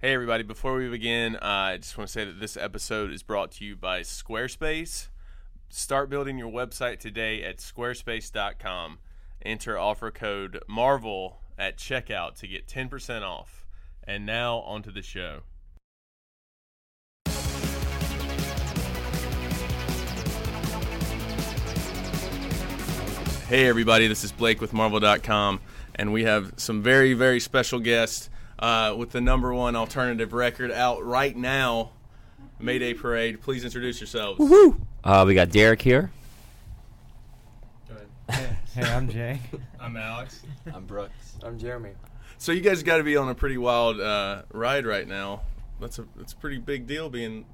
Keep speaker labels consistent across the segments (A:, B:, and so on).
A: Hey, everybody. Before we begin, uh, I just want to say that this episode is brought to you by Squarespace. Start building your website today at squarespace.com. Enter offer code MARVEL at checkout to get 10% off. And now, onto the show. Hey, everybody, this is Blake with Marvel.com, and we have some very, very special guests uh, with the number one alternative record out right now Mayday Parade. Please introduce yourselves.
B: Uh, we got Derek here.
C: Hey, I'm Jay.
A: I'm Alex.
D: I'm Brooks.
C: I'm Jeremy.
A: So, you guys got to be on a pretty wild uh, ride right now. That's a, that's a pretty big deal being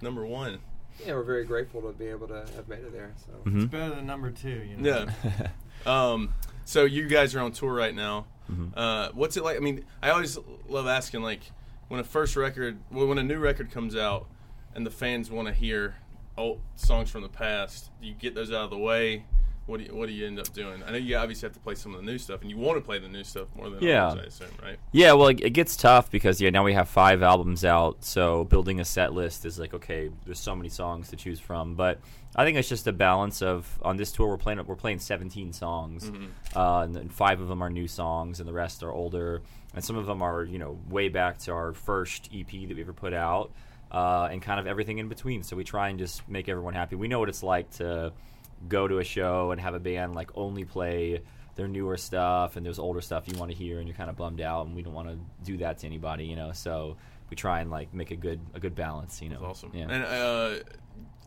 A: number one.
D: Yeah, we're very grateful to be able to have made it there. So
B: Mm-hmm.
C: It's better than number two, you know.
A: Yeah. um, so you guys are on tour right now. Uh, what's it like? I mean, I always love asking like when a first record, well, when a new record comes out, and the fans want to hear old songs from the past. Do you get those out of the way? What do you, what do you end up doing? I know you obviously have to play some of the new stuff, and you want to play the new stuff more than
B: Yeah.
A: others, I assume, right?
B: Yeah, well, it, it gets tough because yeah, now we have five albums out, so building a set list is like okay, there's so many songs to choose from, but I think it's just a balance of on this tour we're playing we're playing 17 songs,
D: Mm-hmm.
B: uh, and, then five of them are new songs, and the rest are older, and some of them are you know way back to our first EP that we ever put out, uh, and kind of everything in between. So we try and just make everyone happy. We know what it's like to go to a show and have a band like only play their newer stuff and there's older stuff you want to hear and you're kind of bummed out and we don't want to do that to anybody you know so we try and like make a good a good balance you know
A: That's awesome.
B: yeah
A: And uh,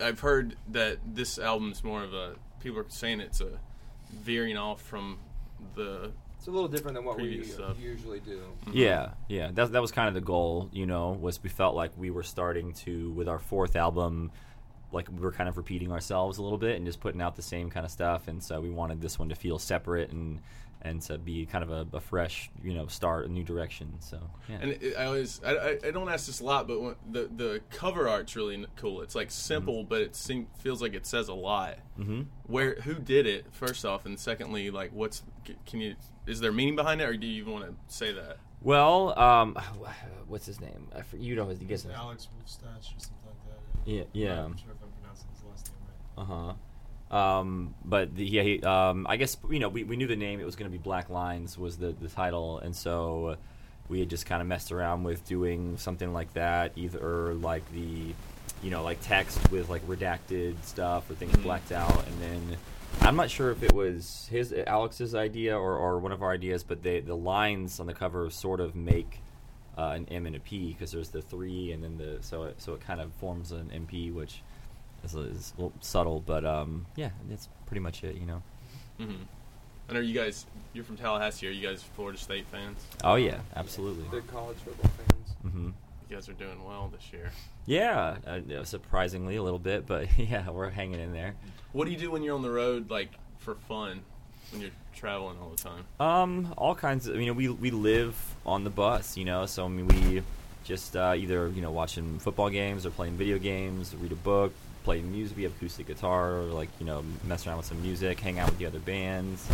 A: I've heard that this album's more of a people are saying it's a veering off from the
D: it's a little different than what we
A: Previous uh, stuff.
D: usually do.
B: yeah yeah that, that was kind of the goal you know was we felt like we were starting to with our fourth album like we were kind of repeating ourselves a little bit and just putting out the same kind of stuff and so we wanted this one to feel separate and and to be kind of a, a fresh you know start a new direction so yeah
A: And it, I always, I, I, I don't ask this a lot, but when, the the cover art's really n- cool. It's like simple,
B: Mm-hmm.
A: but it seem, feels like it says a lot. Mm-hmm. Where who did it first off, and secondly, like what's c- can you is there meaning behind it, or do you even want to say that?
B: well um what's his name I for, you know his, you guess his-
C: Alex Wolfstach or something like that.
B: Yeah, yeah.
C: I'm not sure if I'm pronouncing his last name
B: Uh
C: right.
B: huh. Um, but the, yeah, he, um, I guess you know we, we knew the name. It was going to be Black Lines was the the title, and so we had just kind of messed around with doing something like that, either like the you know like text with like redacted stuff or things
A: Mhm.
B: blacked out, and then. I'm not sure if it was his Alex's idea or, or one of our ideas, but they, the lines on the cover sort of make uh, an M and a P because there's the three and then the so it, so it kind of forms an MP, which is, is a little subtle, but um, yeah, that's pretty much it, you know.
A: Mm-hmm. I know you guys, you're from Tallahassee. Are you guys Florida State fans?
B: Oh yeah, absolutely.
A: Mm-hmm.
D: They're college football fans.
B: hmm
A: You guys are doing well this year.
B: Yeah, uh, yeah, surprisingly a little bit, but yeah, we're hanging in there.
A: What do you do when you're on the road, like for fun, when you're traveling all the time?
B: Um, all kinds of. You know, we we live on the bus. You know, so I mean, we just uh, either you know watching football games or playing video games, read a book, play music. We have acoustic guitar, or like you know, mess around with some music, hang out with the other bands.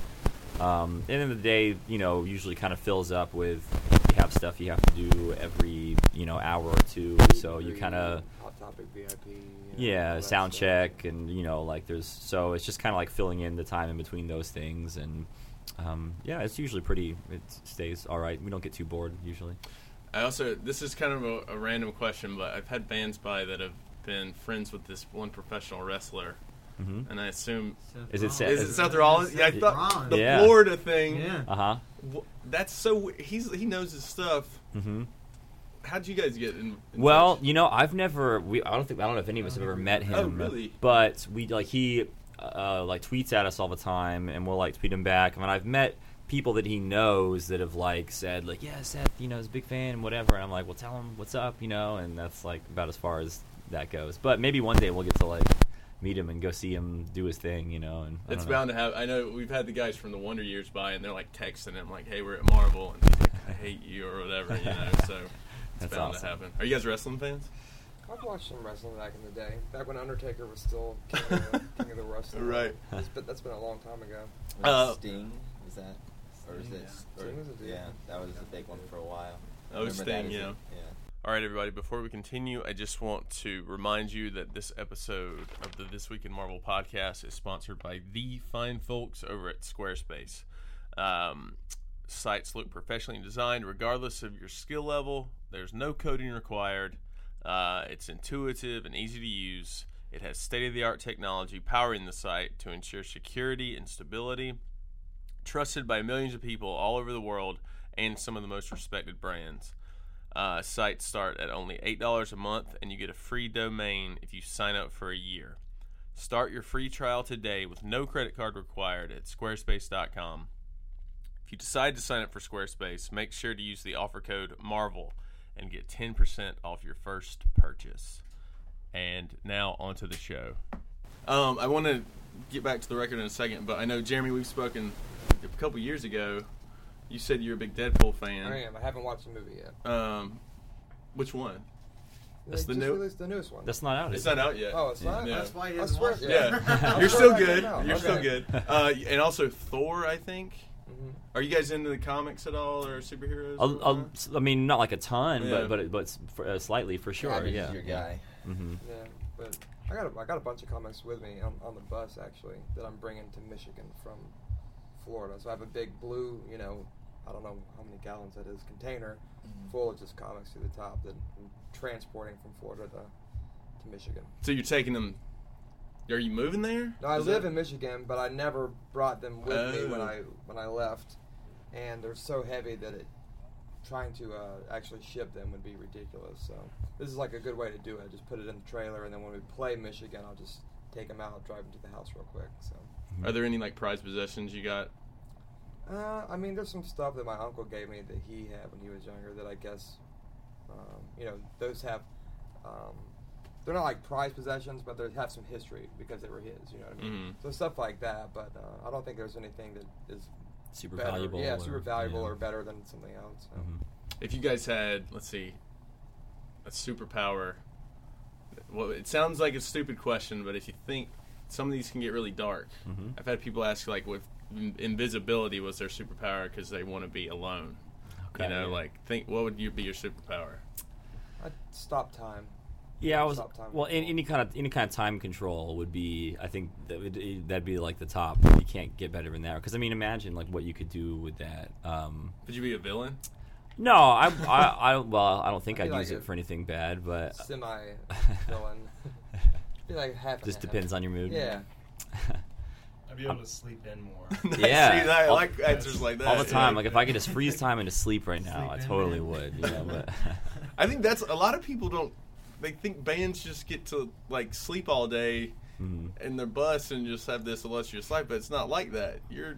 B: Um, and then the day, you know, usually kind of fills up with you have stuff you have to do every you know hour or two, so you kind of
D: hot topic VIP.
B: yeah sound check and you know like there's so it's just kind of like filling in the time in between those things and um, yeah it's usually pretty it stays all right we don't get too bored usually
A: I also this is kind of a, a random question, but I've had bands by that have been friends with this one professional wrestler,
B: hmm
A: and I assume
B: Is it Seth-
A: is it Seth Rollins? Yeah, I thought
C: Rollins.
A: the
B: Yeah.
A: Florida thing.
C: Yeah.
B: uh-huh
A: w- That's so we- he's he knows his stuff.
B: hmm
A: How'd you guys get in? in
B: Well,
A: touch?
B: you know, I've never. We, I don't think. I don't know if any of us have ever met him.
A: Oh, really?
B: But we like he uh, like tweets at us all the time, and we'll like tweet him back. I mean, I've met people that he knows that have like said like, yeah, Seth, you know, is a big fan and whatever. And I'm like, well, tell him what's up, you know. And that's like about as far as that goes. But maybe one day we'll get to like meet him and go see him do his thing, you know. And I
A: it's
B: don't know.
A: bound to have. I know we've had the guys from the Wonder Years by, and they're like texting him like, "Hey, we're at Marvel," and he's like, "I hate you" or whatever. You know, so it's
B: That's
A: bound to
B: awesome.
A: happen. Are you guys wrestling fans?
D: I've watched some wrestling back in the day, back when Undertaker was still king of the, king of the wrestling.
A: Right.
D: It's been- that's been a long time ago.
E: Was
A: Uh,
E: it Sting? Was that? Or is
C: Sting,
E: it?
C: yeah.
E: Or,
D: Sting was a dude.
E: yeah, that was the big one for a while.
A: Oh,
E: Remember that
A: Sting,
E: as a-
A: yeah.
E: yeah.
A: All right, everybody. Before we continue, I just want to remind you that this episode of the This Week in Marvel podcast is sponsored by the fine folks over at Squarespace. Um, sites look professionally designed, regardless of your skill level. There's no coding required. Uh, it's intuitive and easy to use. It has state of the art technology powering the site to ensure security and stability. Trusted by millions of people all over the world and some of the most respected brands. Uh, sites start at only $8 a month, and you get a free domain if you sign up for a year. Start your free trial today with no credit card required at squarespace.com. If you decide to sign up for Squarespace, make sure to use the offer code MARVEL and get 10% off your first purchase. And now onto the show. Um, I want to get back to the record in a second, but I know Jeremy, we've spoken a couple years ago. You said you're a big Deadpool fan.
D: I am. I haven't watched the movie yet.
A: Um, which one? That's
D: They
A: the
D: just
A: new-
D: released the newest one.
B: That's not out.
A: It's
B: is
A: not
B: it?
A: out yet.
D: Oh, it's not?
A: Yeah.
C: That's why he
D: I
C: doesn't
D: swear-
C: watch it.
A: Yeah.
D: I'm
A: you're
D: sure
A: still
D: I don't
A: good.
D: know.
A: You're still
D: Okay.
A: good. Uh, and also Thor, I think.
D: Mhm.
A: Are you guys into the comics at all or superheroes?
B: I'll-
A: or
B: I'll- I mean, not like a ton,
A: Yeah.
B: but but but s- for, uh, slightly for sure.
E: I mean,
B: yeah.
E: Your guy.
B: Mm-hmm.
D: Yeah, but I got a, I got a bunch of comics with me on, on the bus actually that I'm bringing to Michigan from Florida. So I have a big blue, you know, I don't know how many gallons that is, container full of just comics to the top that I'm transporting from Florida to, to Michigan.
A: so you're taking them. Are you moving there?
D: Now I
A: Is
D: live
A: that-
D: in Michigan, but I never brought them with me when
A: Oh.
D: I when I left, and they're so heavy that it trying to uh, actually ship them would be ridiculous. So this is like a good way to do it. Just put it in the trailer, and then when we play Michigan, I'll just take them out, drive them to the house real quick. So
A: Are there any like prized possessions you got?
D: uh, I mean, there's some stuff that my uncle gave me that he had when he was younger that I guess um, you know those have. Um, they're not like prized possessions, but they have some history because they were his. You know what I mean?
B: Mm-hmm.
A: Mhm.
D: So stuff like that. But uh, I don't think there's anything that is
B: Super
D: better-
B: valuable.
D: Yeah,
B: or-
D: super valuable
B: yeah.
D: or better than something else. So.
B: Mhm.
A: If you guys had, let's see, a superpower. Well, it sounds like a stupid question, but if you think some of these can get really dark.
B: Mhm.
A: I've had people ask like, with invisibility was their superpower because they want to be alone.
B: Okay,
A: you know,
B: yeah.
A: like think what would you be your superpower?
D: I stop time.
B: Yeah, I was.
D: Stop time.
B: Well, any, any kind of any kind of time control would be. I think that would, that'd be like the top. You can't get better than that. Because I mean, imagine like what you could do with that. Um,
A: Would you be a villain?
B: no, I, I, I don't. Well, I don't think
D: I'd
B: I'd,
D: be
B: use
D: like
B: it
D: a
B: for anything bad, but
D: Semi villain. Be like half. and
B: just
D: half.
B: depends on your mood.
D: Yeah.
C: I'd be able to sleep in more.
B: Yeah.
A: See, I
B: All-
A: like answers like that.
B: All the
A: yeah.
B: time. Like if I could just freeze time into sleep right now,
C: Sleep
B: I
C: in,
B: totally
C: man.
B: would. You know, but
A: I think that's a lot of people don't. They think bands just get to like sleep all day
B: Mhm.
A: in their bus and just have this illustrious life, but it's not like that. You're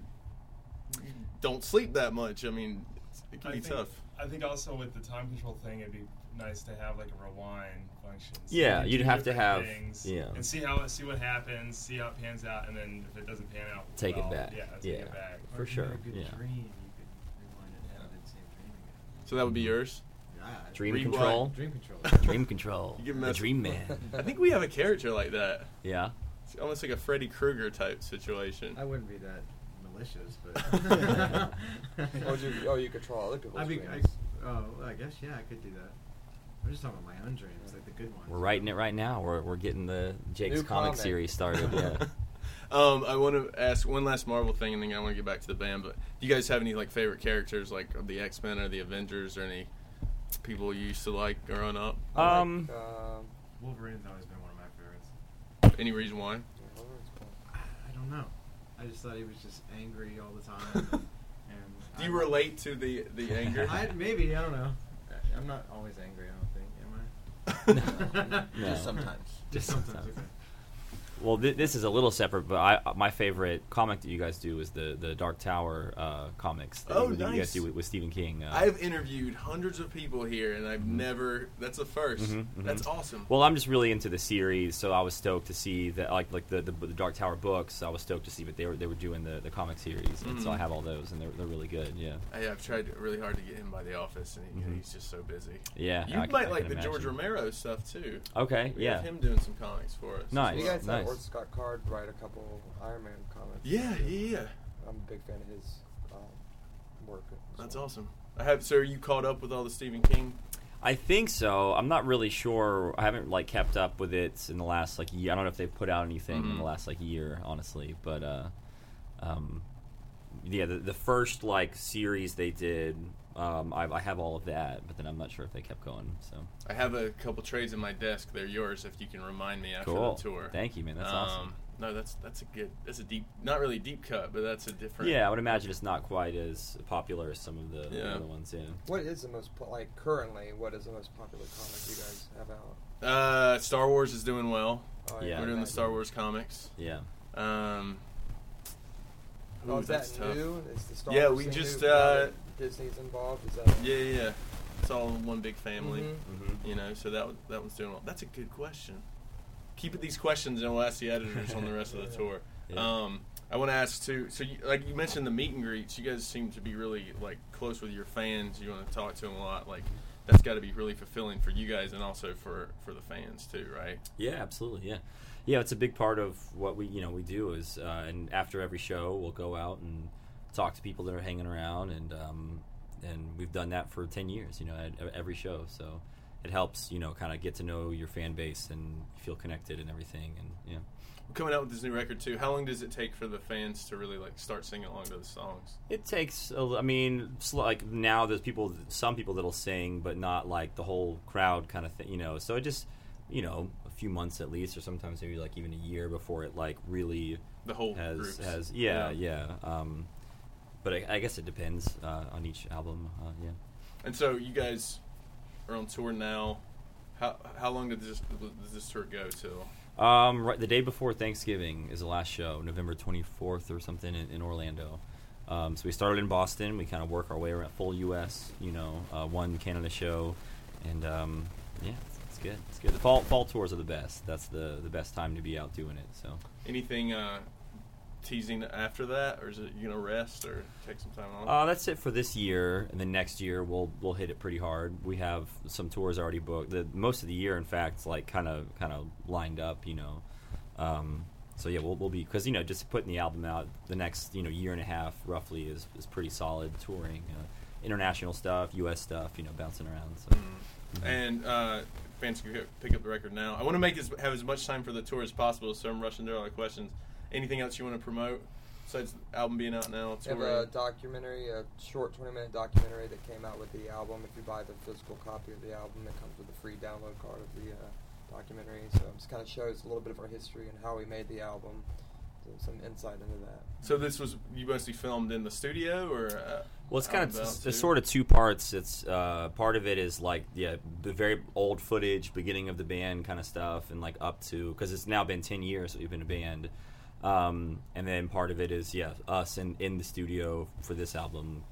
A: you don't sleep that much. I mean, it's, it can
C: I
A: be
C: think,
A: tough.
C: I think also with the time control thing, it'd be nice to have like a rewind function. So you
B: Yeah,
C: can
B: you'd
C: do
B: have to
C: different
B: have-
C: things
B: yeah.
C: and see how see what happens, see how it pans out, and then if it doesn't pan out,
B: Take it
C: well,
B: back.
C: Yeah, take
B: Yeah.
C: it back.
B: For sure, yeah.
A: So that would be yours.
B: dream
A: Rewind.
B: control.
E: Dream control.
B: Dream control.
A: You give 'em
B: the
A: that-
B: dream man.
A: I think we have a character like that.
B: Yeah.
A: It's almost like a Freddy Krueger type situation.
E: I wouldn't be that malicious, but.
D: Or would you, oh, you control other people's
E: I'd be, I,
D: dreams.
E: oh, well, I guess, yeah, I could do that. I'm just talking about my own dreams, like the good ones.
B: We're writing it right now. We're, we're getting the Jake's
D: New
B: comic
D: comic.
B: series started. Yeah.
A: um, I want to ask one last Marvel thing, and then I want to get back to the band. But do you guys have any like favorite characters, like of the X Men or the Avengers, or any people you used to like growing up?
D: I
B: Um,
D: like, um,
E: Wolverine's always been one of my favorites.
B: Um,
A: Any reason why?
D: yeah, what was it?
E: I, I don't know. I just thought he was just angry all the time. and,
A: Do
E: I-
A: you relate to the the anger?
E: I, maybe, I don't know. I- I'm not always angry, I don't think, am I?
B: No.
E: Just sometimes. Just sometimes.
B: sometimes.
E: Okay.
B: Well, th- this is a little separate, but I, uh, my favorite comic that you guys do is the, the Dark Tower uh, comics that,
A: Oh,
B: you, that you
A: nice.
B: guys do with, with Stephen King. Uh,
A: I've interviewed hundreds of people here, and I've
B: Mm-hmm.
A: never. That's a 1st
B: Mhm, mhm.
A: That's awesome.
B: well, I'm just really into the series, so I was stoked to see that, like like the, the, the Dark Tower books. I was stoked to see what they were they were doing the, the comic series, and so
A: Mhm.
B: I have all those, and they're, they're really good. Yeah,
A: I, have tried really hard to get him by the office, and he,
B: Mhm.
A: he's just so busy.
B: yeah.
A: You
B: I c-
A: might
B: I
A: like the
B: can
A: George
B: imagine.
A: Romero stuff too.
B: Okay,
A: We
B: yeah.
A: have him doing some comics for us. as
B: Nice.
D: You
A: well.
D: guys
B: nice.
D: had Ort Scott Card write a couple Iron Man comics.
A: Yeah, yeah, yeah.
D: I'm a big fan of his um, work.
A: That's awesome. I have. So, are you caught up with all the Stephen King?
B: I I think so. I'm not really sure. I haven't like kept up with it in the last like year. I don't know if they've put out anything in
A: Mhm.
B: the last like year, honestly. But uh, um, yeah, the, the first like series they did, um, I, I have all of that, but then I'm not sure if they kept going. So
A: I have a couple trades in my desk. They're yours if you can remind me after
B: cool.
A: the tour. Um,
B: Thank you, man. That's awesome.
A: No, that's that's a good. That's a deep, not really deep cut, but that's a different.
B: Yeah, I would imagine it's not quite as popular as some of the, the
A: Yeah.
B: other ones. Yeah.
D: What is the most po- like currently? What is the most popular comic you guys have out?
A: Uh, Star Wars is doing well.
B: Yeah.
D: Oh,
A: We're doing the
D: imagine.
A: Star Wars comics.
B: Yeah.
A: Um,
D: Oh,
A: ooh,
D: is
A: that's
D: that
A: tough.
D: new? Is the Star
A: Yeah,
D: Wars
A: we
D: thing
A: just,
D: new? Now
A: uh,
D: that Disney's involved. Is that
A: Yeah, yeah, yeah. It's all one big family.
D: Mhm.
B: Mm-hmm.
A: You know, so that one- that one's doing well. That's a good question. Keep it these questions, and we'll ask the editors on the rest of the
D: Yeah.
A: tour.
B: Yeah.
A: Um, I want to ask too. So, you, like you mentioned, the meet and greets. You guys seem to be really like close with your fans. You want to talk to them a lot. Like that's got to be really fulfilling for you guys, and also for for the fans too, right?
B: Yeah, absolutely. Yeah, yeah. It's a big part of what we you know we do is, uh, and after every show, we'll go out and talk to people that are hanging around, and um, and we've done that for ten years. You know, at at every show, so it helps you know kind of get to know your fan base and feel connected and everything. And yeah,
A: Coming out with this new record too. How long does it take for the fans to really like start singing along to the songs?
B: it takes. A, l- I mean, it's like now there's people, some people that'll sing, but not like the whole crowd kind of thing. You know, so it just you know a few months at least, or sometimes maybe like even a year before it like really
A: The whole
B: has
A: groups.
B: has yeah yeah. Um, but I, I guess it depends uh, on each album. Uh, yeah.
A: And so you guys are on tour now. How how long did this does this tour go till?
B: Um, right, the day before Thanksgiving is the last show, November 24th or something in, in Orlando. Um, so we started in Boston. We kind of work our way around full U.S. You know, uh, one Canada show, and um, yeah, it's, it's good. It's good. The fall fall tours are the best. That's the the best time to be out doing it. So.
A: Anything uh, teasing after that, or is it you gonna rest or take some time off?
B: Uh, that's it for this year, and then next year we'll we'll hit it pretty hard. We have some tours already booked. The most of the year, in fact, like kind of kind of lined up, you know. Um, so yeah, we'll we'll be because you know just putting the album out the next you know year and a half roughly is is pretty solid touring, uh, international stuff, U.S. stuff, you know, bouncing around. So.
A: Mm. And uh, fans can go pick up the record now. I want to make as, have as much time for the tour as possible, so I'm rushing through all the questions. Anything else you want to promote besides the album being out now?
D: They have
A: touring?
D: a documentary, a short 20 minute documentary that came out with the album. If you buy the physical copy of the album, it comes with a free download card of the uh, documentary. So it just kind of shows a little bit of our history and how we made the album, so some insight into that.
A: so this was you mostly filmed in the studio, or uh,
B: Well, it's
A: out
B: kind
A: and
B: of
A: about,
B: it's,
A: too?
B: sort of two parts. It's uh, part of it is like yeah, the very old footage, beginning of the band kind of stuff, and like up to because it's now been ten years that we've been a band. Um, and then part of it is yeah, us in in the studio for this album,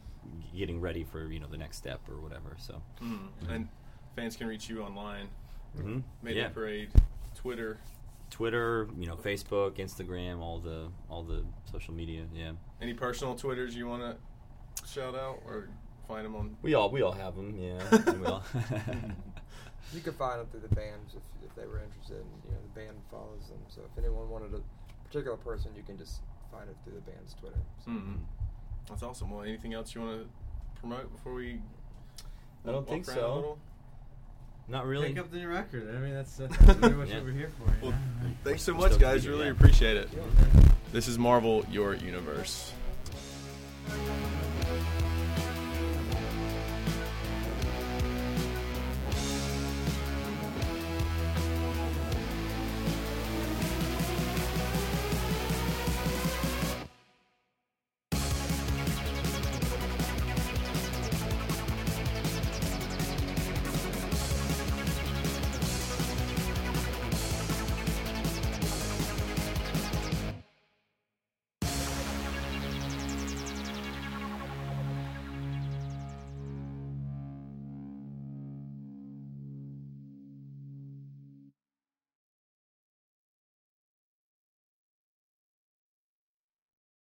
B: getting ready for you know the next step or whatever. So
A: Mm. And fans can reach you online.
E: Mm-hmm.
B: mhm.
A: Mayday
B: yeah,
A: Parade, Twitter,
B: Twitter, you know, Facebook, Instagram, all the all the social media. Yeah,
A: Any personal Twitters you want to shout out or find them on?
B: we all we all have them. Yeah, we all.
D: You can find them through the bands if, if they were interested, and you know the band follows them. So if anyone wanted a particular person, you can just find it through the band's Twitter. So
A: Mhm. That's awesome. Well, anything else you want to promote before we?
B: I don't
A: walk
B: think
A: around a
B: so.
A: little?
B: Not really.
E: Pick up the new record. I mean, that's, that's really what
B: Yeah.
E: we're here for.
A: Well,
E: yeah.
A: thanks so
B: I'm
A: much,
B: stoked to
A: guys.
B: be
A: Really
B: here.
A: appreciate it.
D: Yeah.
A: This is Marvel, your universe.